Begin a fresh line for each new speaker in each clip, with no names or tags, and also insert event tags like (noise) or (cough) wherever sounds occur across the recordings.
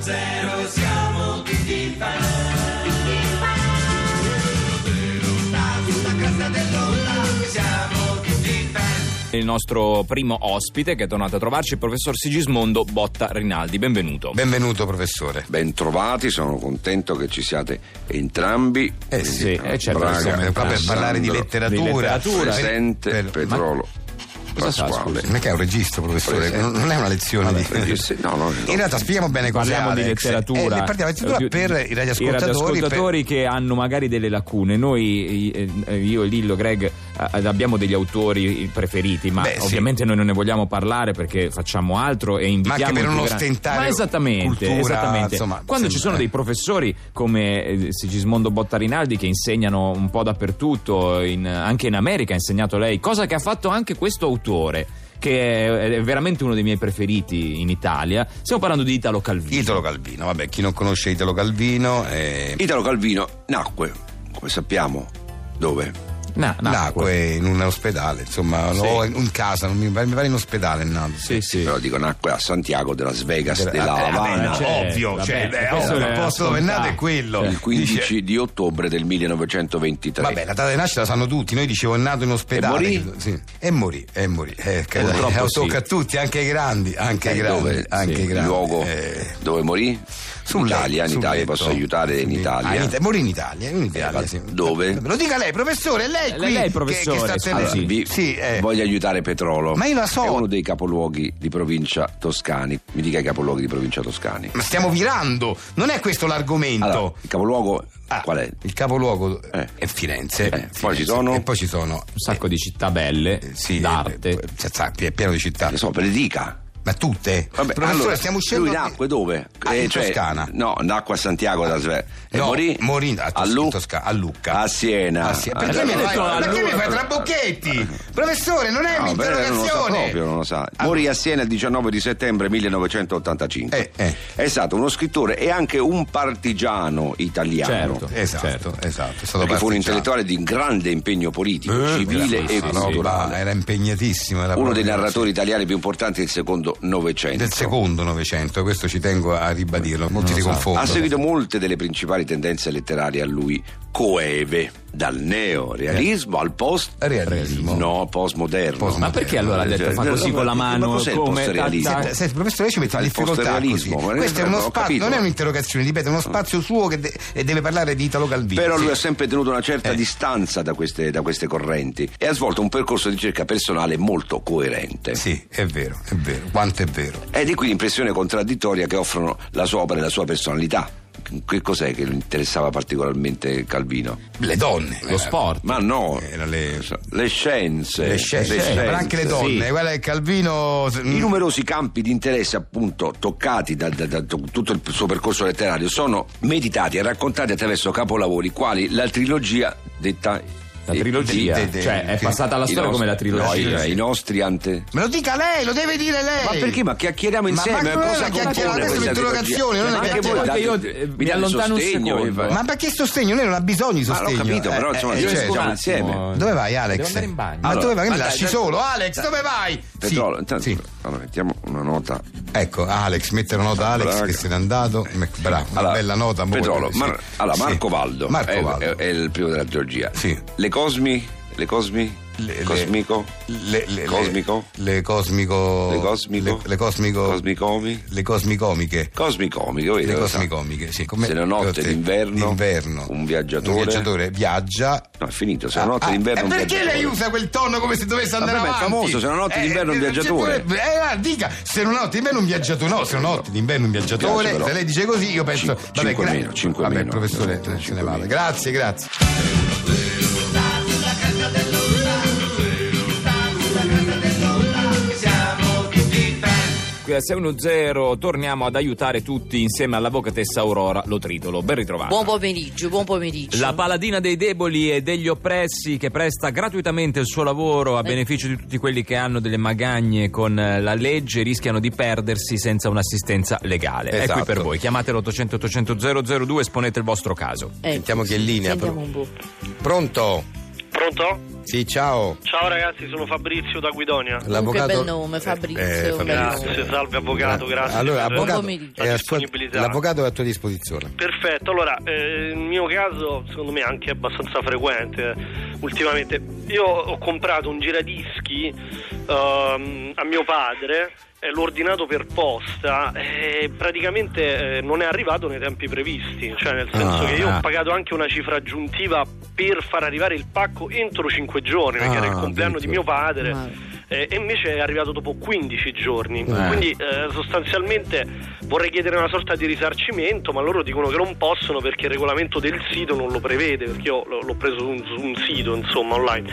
zero siamo tutti fan. Tutti fan. Zero, zero, stati una casa dell'onda, siamo tutti fan.
Il nostro primo ospite che è tornato a trovarci, il professor Sigismondo Botta Rinaldi. Benvenuto.
Benvenuto professore.
Bentrovati, sono contento che ci siate entrambi.
Eh sì,
eh, certo,
Braga,
Siamo qua per
Alessandro,
parlare di
Di
letteratura.
letteratura.
Presente
Bello.
Petrolo.
fa,
Pasquale.
Non è che è un registro, professore,
Presente.
non non è una lezione di...
Eh, sì, No, no, no.
In realtà spieghiamo bene cosa
Parliamo di letteratura.
parliamo di letteratura
Eh, più-
per i radioascoltatori.
radioascoltatori che hanno magari delle lacune. Noi, eh, eh, io e Lillo, Greg, eh, abbiamo degli autori preferiti, ma
Beh, sì.
ovviamente noi non ne vogliamo parlare perché facciamo altro e
Ma
invitiamo.
anche per
i più
non
gra-
ostentare
Ma esattamente,
cultura,
esattamente.
insomma,
Quando
sì,
ci sono
eh.
dei professori come eh, Sigismondo Bottarinaldi che insegnano un po' dappertutto, in- anche in America ha insegnato lei, cosa che ha fatto anche questo autore. Che è è veramente uno dei miei preferiti in Italia. Stiamo parlando di Italo Calvino.
Per... Italo Calvino, vabbè, chi non conosce Italo Calvino eh, è...
Italo Calvino nacque, come sappiamo, dove?
No, no.
nacque in un ospedale, insomma,
Sì.
o in casa, non mi mi pare in ospedale, no.
Sì, sì.
Però dico, nacque a Santiago de Las Vegas,
Eh,
della
vabbè,
Havana.
cioè,
ovvio,
vabbè,
cioè, beh,
questo
oh,
è
il posto dove è nato
spontaneo.
è quello.
Il 15
Dice-
di ottobre del 1923.
Vabbè, la data di nascita la sanno tutti. Noi dicevo è nato in ospedale.
E morì?
credo, sì. E morì, e morì. Eh, che-
Purtroppo
eh,
sì.
tocca a tutti, anche ai grandi, anche ai
Eh,
grandi,
dove,
anche
sì,
ai grandi.
il luogo
eh,
dove morì?
sul
Italia,
letto,
in
sul
Italia
letto.
posso aiutare in
Sì. Ah,
Italia.
in Ita- morì in Italia, in Italia,
Eh,
sì.
dove?
Lo dica lei, professore, è lei
Eh,
qui.
lei,
che-
professore,
che, sta tenendo-
scusi.
Allora, vi
Sì, eh.
voglio aiutare Petrolo.
Ma io la so.
È uno dei capoluoghi di provincia toscani. Mi dica i capoluoghi di provincia toscani.
Ma stiamo virando, non è questo l'argomento.
Allora, il capoluogo
Ah,
qual è?
Il capoluogo
Eh.
è Firenze.
Eh, poi
Firenze.
ci sono?
E poi ci sono.
Un sacco di città belle,
eh, sì,
d'arte.
eh, eh, sa- è pieno di città.
Ne so, predica.
Ma tutte?
Vabbè,
Professore,
allora,
stiamo uscendo.
Lui nacque dove?
Ah, in
cioè,
Toscana. Ah.
No, nacque a Santiago da Sve. E
No,
morì?
morì a, Tos-
a, Lu-
in Toscana, a Lucca.
a Siena.
Ah, sì,
Eh,
Perché,
allora-
mi, fai,
allora-
perché mi fai
allora-
trabocchetti? Professore, non è
No, beh, non lo sa
un'interrogazione.
proprio, non lo sa.
Ah.
Morì a Siena il 19 di settembre 1985.
Eh, eh.
È stato uno scrittore e anche un partigiano italiano.
Certo.
Esatto,
Certo.
esatto. È stato
Perché fu un
partigiano.
intellettuale di grande impegno politico,
Eh,
civile
quella
e
roba,
culturale.
Era impegnatissimo. era
Uno
proprio-
dei narratori italiani più importanti del secondo Novecento.
del secondo Novecento, questo ci tengo a ribadirlo, molti si confondono.
Ha seguito molte delle principali tendenze letterarie a lui coeve, dal neorealismo al post
Realismo.
no, postmoderno.
Postmoderno.
Ma perché allora ha detto fa così con la
Ma
mano?
cos'è il
come
postrealismo?
tac, tac?
Senti, Eh, professore, lei ci mette in
Fa il
difficoltà così.
postrealismo, ma
Questo è uno
ho
spazio,
capito. Mm.
non è un'interrogazione, ripeto, è uno spazio suo che de- e deve parlare di Italo Calvino.
Però
Sì.
lui ha sempre tenuto una certa
Eh.
distanza da queste, da queste correnti e ha svolto un percorso di ricerca personale molto coerente.
Sì, è vero, è vero, quanto è vero.
Ed è qui l'impressione contraddittoria che offrono la sua opera e la sua personalità. Che cos'è che lo interessava particolarmente Calvino?
Le donne.
Lo sport. eh,
Ma no,
Era le-
le scienze,
Le scienze,
le
ma anche le donne, eh,
Sì.
guarda che Calvino.
I numerosi campi di interesse appunto toccati da, da- da tutto il suo percorso letterario sono meditati e raccontati attraverso capolavori quali la trilogia detta
La trilogia,
de- de-
cioè è
sì.
passata alla
i
storia come la
nostri-
trilogia.
no, i, i nostri ante
Me lo dica lei, lo deve dire lei.
ma perché? Ma chiacchieriamo
Ma-
insieme?
ma non è una
compone
chiacchierata,
questa
questa è un'interrogazione, non
trilogia?
è
Ma
una
anche voi
chiacchierata.
date-
Io, eh,
mi
mi
date
allontano un
sostegno,
secondo.
vi-
Ma perché sostegno? Lei non ha bisogno di
Ma Ah, l'ho
sostegno. eh, certo.
capito, però, insomma, io
io
cioè,
esco un
siamo
attimo.
insieme.
Dove vai Alex?
Devo andare in bagno.
Ma
Allora,
dove vai? Mi
dai,
lasci
dai,
solo Alex, dove vai?
Petrolo, intanto,
Sì.
allora mettiamo una nota.
Ecco, Alex, mettere nota a Alex
Braga.
che se n'è andato. Ma- Bravo, una
Allora,
bella nota. amore.
Petrolo,
Sì.
Mar- allora,
Sì.
Marco Valdo,
Marco
è,
Valdo.
è- è il primo della Georgia.
Sì.
Le Cosmi, le Cosmi,
Le- le-
Cosmico,
Le, le- le-
Cosmico,
Le cosmico.
le Cosmico,
Le, le cosmico.
Cosmicomi,
Le cosmicomiche.
Cosmicomiche,
Le
vedi, cosa-
cosmicomiche, sì. Come
Se la notte d'inverno, un viaggiatore-
Un viaggiatore viaggia.
No, è finito, se la
Ah,
notte
ah,
d'inverno...
E
un
perché
viaggiatore.
lei usa quel tono come se dovesse andare
Vabbè, ma è
avanti?
famoso, se la notte d'inverno è un viaggiatore.
Eh, ah, dica, se la notte d'inverno è un viaggiatore. No, se la notte d'inverno è un
Mi
viaggiatore.
piace, però.
Se lei dice così, io penso.
Cinque- cinque
gra-
meno, cinque
vabbè,
meno.
professore,
Cinque
se ne
meno.
vada. Grazie, grazie.
Qui a 610 torniamo ad aiutare tutti insieme all'avvocatessa Aurora Lotritolo. Ben ritrovato.
Buon pomeriggio, buon pomeriggio.
Ah, La paladina dei deboli e degli oppressi che presta gratuitamente il suo lavoro a beneficio di tutti quelli che hanno delle magagne con eh, la legge e rischiano di perdersi senza un'assistenza legale. È qui
Esatto.
per voi. Chiamate l'800-800 002 esponete il vostro caso.
Ecco,
Sentiamo che linea,
Sentiamo un po'.
Pronto?
Pronto?
Sì, ciao.
Ciao ragazzi, sono Fabrizio da Guidonia.
L'avvocato... Eh,
bel nome, Fabrizio, un bel
Grazie, salve avvocato, grazie.
Allora,
per
avvocato,
pomeriggio.
è a
la
sua-
disponibilità.
l'avvocato è a tua disposizione.
Perfetto, allora eh, il mio caso secondo me è anche abbastanza frequente eh, ultimamente. Io ho comprato un giradischi ehm, a mio padre, eh, l'ho ordinato per posta e praticamente eh, non è arrivato nei tempi previsti, cioè nel senso
Ah,
che io
ah.
ho pagato anche una cifra aggiuntiva per far arrivare il pacco entro 5 giorni, perché era il
Ah,
compleanno di
addirittura.
mio padre.
Ma-
Eh, e invece è arrivato dopo 15 giorni.
Eh.
Quindi eh, sostanzialmente vorrei chiedere una sorta di risarcimento, ma loro dicono che non possono perché il regolamento del sito non lo prevede, perché io l'ho l'ho preso su un, su un sito, insomma, online.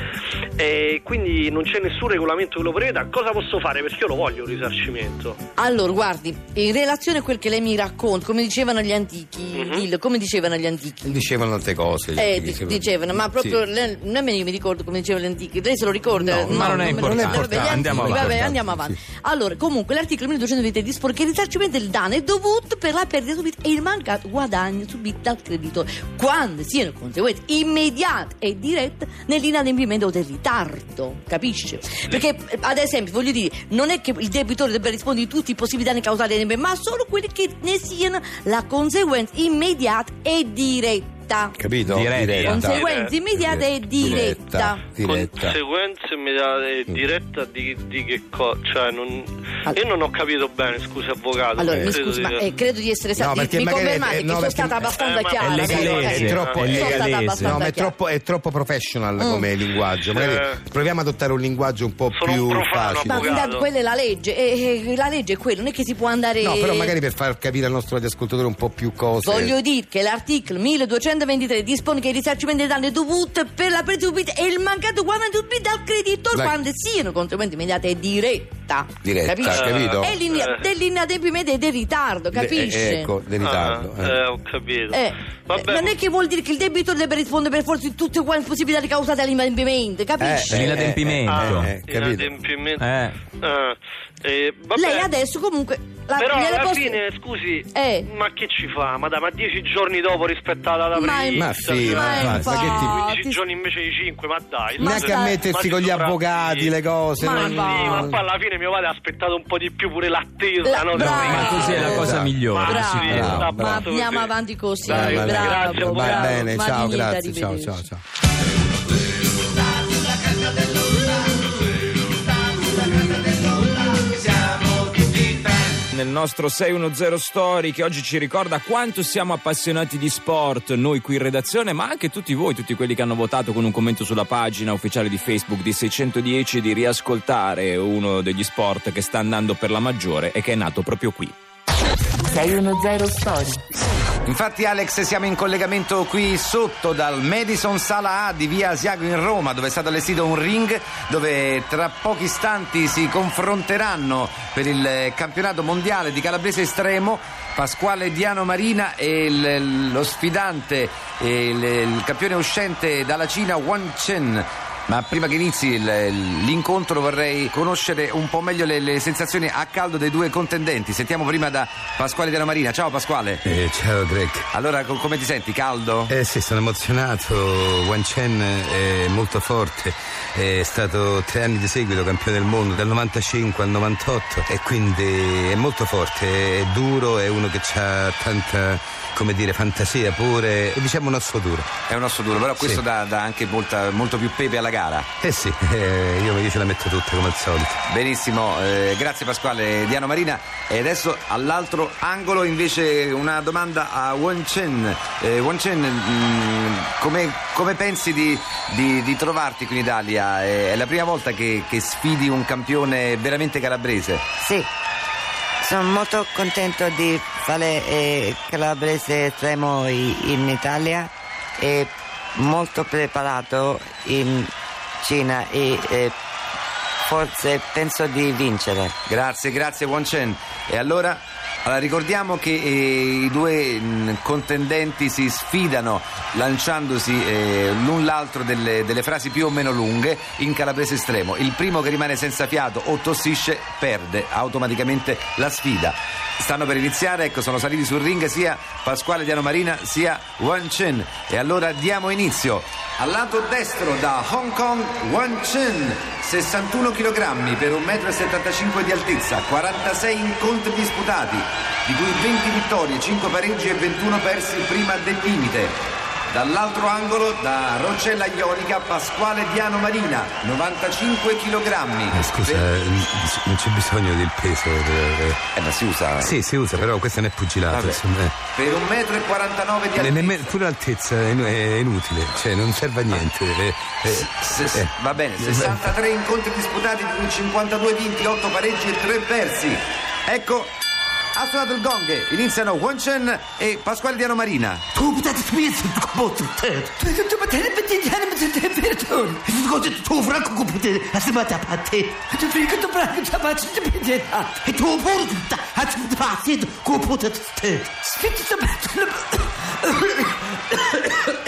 E quindi non c'è nessun regolamento che lo preveda. Cosa posso fare? Perché io lo voglio il risarcimento.
Allora, guardi, in relazione a quel che lei mi racconta, come dicevano gli antichi,
Mhm.
Gil, come dicevano gli antichi?
Dicevano tante cose. gli
Eh,
antichi,
dic-
sì.
dicevano, ma proprio
Sì.
lei- nemmeno io mi ricordo come dicevano gli antichi, lei se lo ricorda?
No, ma non è
me lo
importante.
ricordo. Vabbè, gli
Non è importante,
antichi,
andiamo avanti.
Vabbè, andiamo avanti. Allora, comunque, l'articolo 1220 dispone che il risarcimento del danno è dovuto per la perdita subita e il mancato guadagno subito dal creditore quando siano conseguenze immediate e dirette nell'inadempimento o del ritardo, capisce? Perché, eh, ad esempio, voglio dire, non è che il debitore debba rispondere di tutti i possibili danni causati dai debiti, ma solo quelli che ne siano la conseguenza immediata e diretta.
Capito?
Diretta.
Conseguenza immediata e diretta.
Diretta. Mm.
Conseguenze immediate diretta di, che cosa? Cioè,
Allora-
io non ho capito bene, scusi avvocato.
Allora, mi scusi, ma eh, credo di essere
No,
stata.
perché
mi
magari-
confermate
eh,
che
no,
sono
perché-
stata abbastanza
Eh, ma-
chiara.
è
sì,
legalese,
ok.
è troppo-
Sono
è
stata
legalese.
abbastanza
No, ma è
chiara.
troppo, è troppo professional
Mm.
come linguaggio. Magari
Eh.
proviamo ad adottare un linguaggio un po'
Sono
più
un profano,
facile.
Ma
avvocato.
intanto quella è la legge, e, e la legge è quella, non è che si può andare.
No, però magari per far capire al nostro ascoltatore un po' più cose.
Voglio dire che l'articolo 1223 dispone che il risarcimento dei danni dovuti per la presa subita e il mancato guadagno subito dal creditore
Dai.
quando siano conseguenze immediate e diretta.
Diretta,
capisce?
capito?
È l'in-
Eh.
dell'inadempimento e del ritardo,
De- eh,
capisci?
ecco, del ritardo. eh.
Ah, ho capito.
Eh, non è che vuol dire che il debitore debba rispondere per forza di tutte quante le possibilità causate all'inadempimento, capisci?
eh,
Ah,
l'inadempimento.
eh, eh, capito?
inadempimento.
Eh.
Ah, eh, vabbè.
Lei adesso comunque... la-
Però
nelle
alla
poste-
fine, scusi,
Eh.
ma che ci fa? Ma dai, ma dieci giorni dopo rispetto alla data
Ma-
prevista,
Ma sì,
cioè,
ma-
ma
infatti,
che ti-
15 giorni invece di 5, ma dai.
Ma
Neanche
sai-
a
ma
mettersi
ci
con gli
dovrà-
avvocati le cose.
Ma
Ma
no?
sì,
va.
ma poi alla fine mio padre ha aspettato un po' di più pure l'attesa,
La-
no?
bravo.
Dai,
Ma così è la cosa
Esatto.
migliore.
Ma
Bravo.
sì, sta
Bravo,
a
Ma
posto
andiamo
così.
avanti così,
Dai,
va
bravo,
bene.
grazie,
bravo,
Va
bravo.
bene,
ma
ciao,
di niente,
grazie, ciao,
arrivederci.
ciao, ciao.
Nel nostro 610 Story che oggi ci ricorda quanto siamo appassionati di sport, noi qui in redazione, ma anche tutti voi, tutti quelli che hanno votato con un commento sulla pagina ufficiale di Facebook di 610 di riascoltare uno degli sport che sta andando per la maggiore e che è nato proprio qui.
610 Story.
Infatti Alex siamo in collegamento qui sotto dal Madison Sala A di via Asiago in Roma dove è stato allestito un ring dove tra pochi istanti si confronteranno per il campionato mondiale di calabrese estremo Pasquale Diano Marina e il- lo sfidante e il, il campione uscente dalla Cina Wang Chen. Ma prima che inizi il- l'incontro vorrei conoscere un po' meglio le, le sensazioni a caldo dei due contendenti. Sentiamo prima da Pasquale Diano Marina. Ciao Pasquale.
Eh, ciao Greg.
Allora, co- come ti senti? Caldo?
Eh sì, sono emozionato, Wan Chen è molto forte, è stato tre anni di seguito campione del mondo, dal 95 al 98 e quindi è molto forte, è duro, è uno che ha tanta, come dire, fantasia pure, e diciamo un osso duro.
È un osso duro, però questo
Sì.
dà, dà anche molta- molto più pepe alla gara.
Eh sì, (laughs) eh, io, io ce la metto tutta come al solito.
Benissimo, eh, grazie Pasquale Diano Marina. E adesso all'altro angolo invece una domanda a Won Chen. Eh, Won Chen, mm, come, come pensi di, di- di trovarti qui in Italia? Eh, È la prima volta che, che sfidi un campione veramente calabrese.
Sì, sono molto contento di fare eh, Calabrese Estremo i- in Italia e molto preparato in Cina e eh, forse penso di vincere.
Grazie, grazie Won Chen. E allora, allora ricordiamo che eh, i due mh, contendenti si sfidano lanciandosi eh, l'un l'altro delle, delle frasi più o meno lunghe in calabrese estremo. Il primo che rimane senza fiato o tossisce perde automaticamente la sfida. Stanno per iniziare, ecco, sono saliti sul ring sia Pasquale Diano Marina sia Wan Chen. E allora diamo inizio. Al lato destro da Hong Kong, Wan Chen, 61 kg per 1,75 m di altezza, 46 incontri disputati, di cui 20 vittorie, 5 pareggi e 21 persi prima del limite. Dall'altro angolo, da Rocella Ionica, Pasquale Diano Marina, 95 kg.
Eh, Scusa, eh, non c'è bisogno del peso.
Eh, ma si usa.
Sì, si usa, però questo non è pugilato.
Vabbè.
insomma, eh.
Per 1,49 m di
Ne-
altezza.
nemmeno- pure l'altezza è, è inutile, cioè non serve a niente. eh, eh,
Se- se-
eh.
va bene, 63 incontri disputati, di cui 52 vinti, 8 pareggi e 3 persi. Ecco, ha suonato il gong, iniziano Won Chen e Pasquale Diano Marina.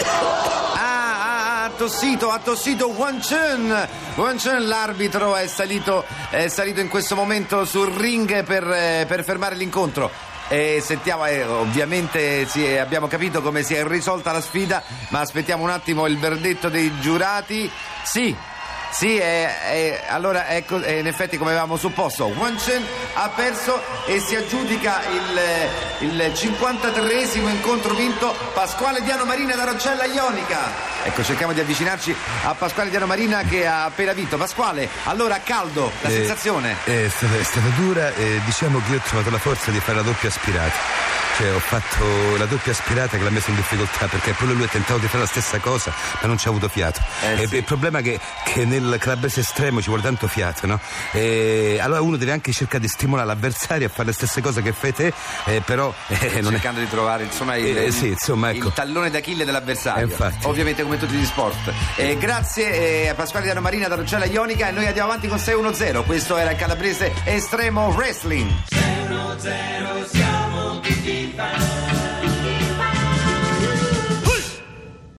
Ah, ah, ha tossito, ha tossito Won Chun. Won Chun, l'arbitro, è salito, è salito in questo momento sul ring per, eh, per fermare l'incontro. E sentiamo, eh, ovviamente sì, eh, abbiamo capito come si è risolta la sfida, ma aspettiamo un attimo il verdetto dei giurati. Sì, sì, eh, eh, allora ecco, eh, in effetti come avevamo supposto, Wang Chen ha perso e si aggiudica il, eh, il 53esimo incontro vinto Pasquale Diano Marina da Roccella Ionica. Ecco, cerchiamo di avvicinarci a Pasquale Diano Marina che ha appena vinto. Pasquale, allora caldo, la
Eh,
sensazione?
È stata, è stata dura, eh, diciamo che io ho trovato la forza di fare la doppia aspirata. Cioè ho fatto la doppia aspirata che l'ha messo in difficoltà perché pure lui ha tentato di fare la stessa cosa ma non ci ha avuto fiato.
Eh,
E-
sì.
Il problema è che, che nel calabrese estremo ci vuole tanto fiato, no? E allora uno deve anche cercare di stimolare l'avversario a fare le stesse cose che fai te, eh, però eh, non è...
cercando di trovare insomma, il,
Eh, sì, insomma, ecco.
il tallone d'Achille dell'avversario
Eh, infatti.
ovviamente come tutti gli sport Eh, grazie eh, a Pasquale Diano Marina da Roccella Ionica e noi andiamo avanti con 6-1-0 questo era il calabrese estremo wrestling
Siamo tutti fan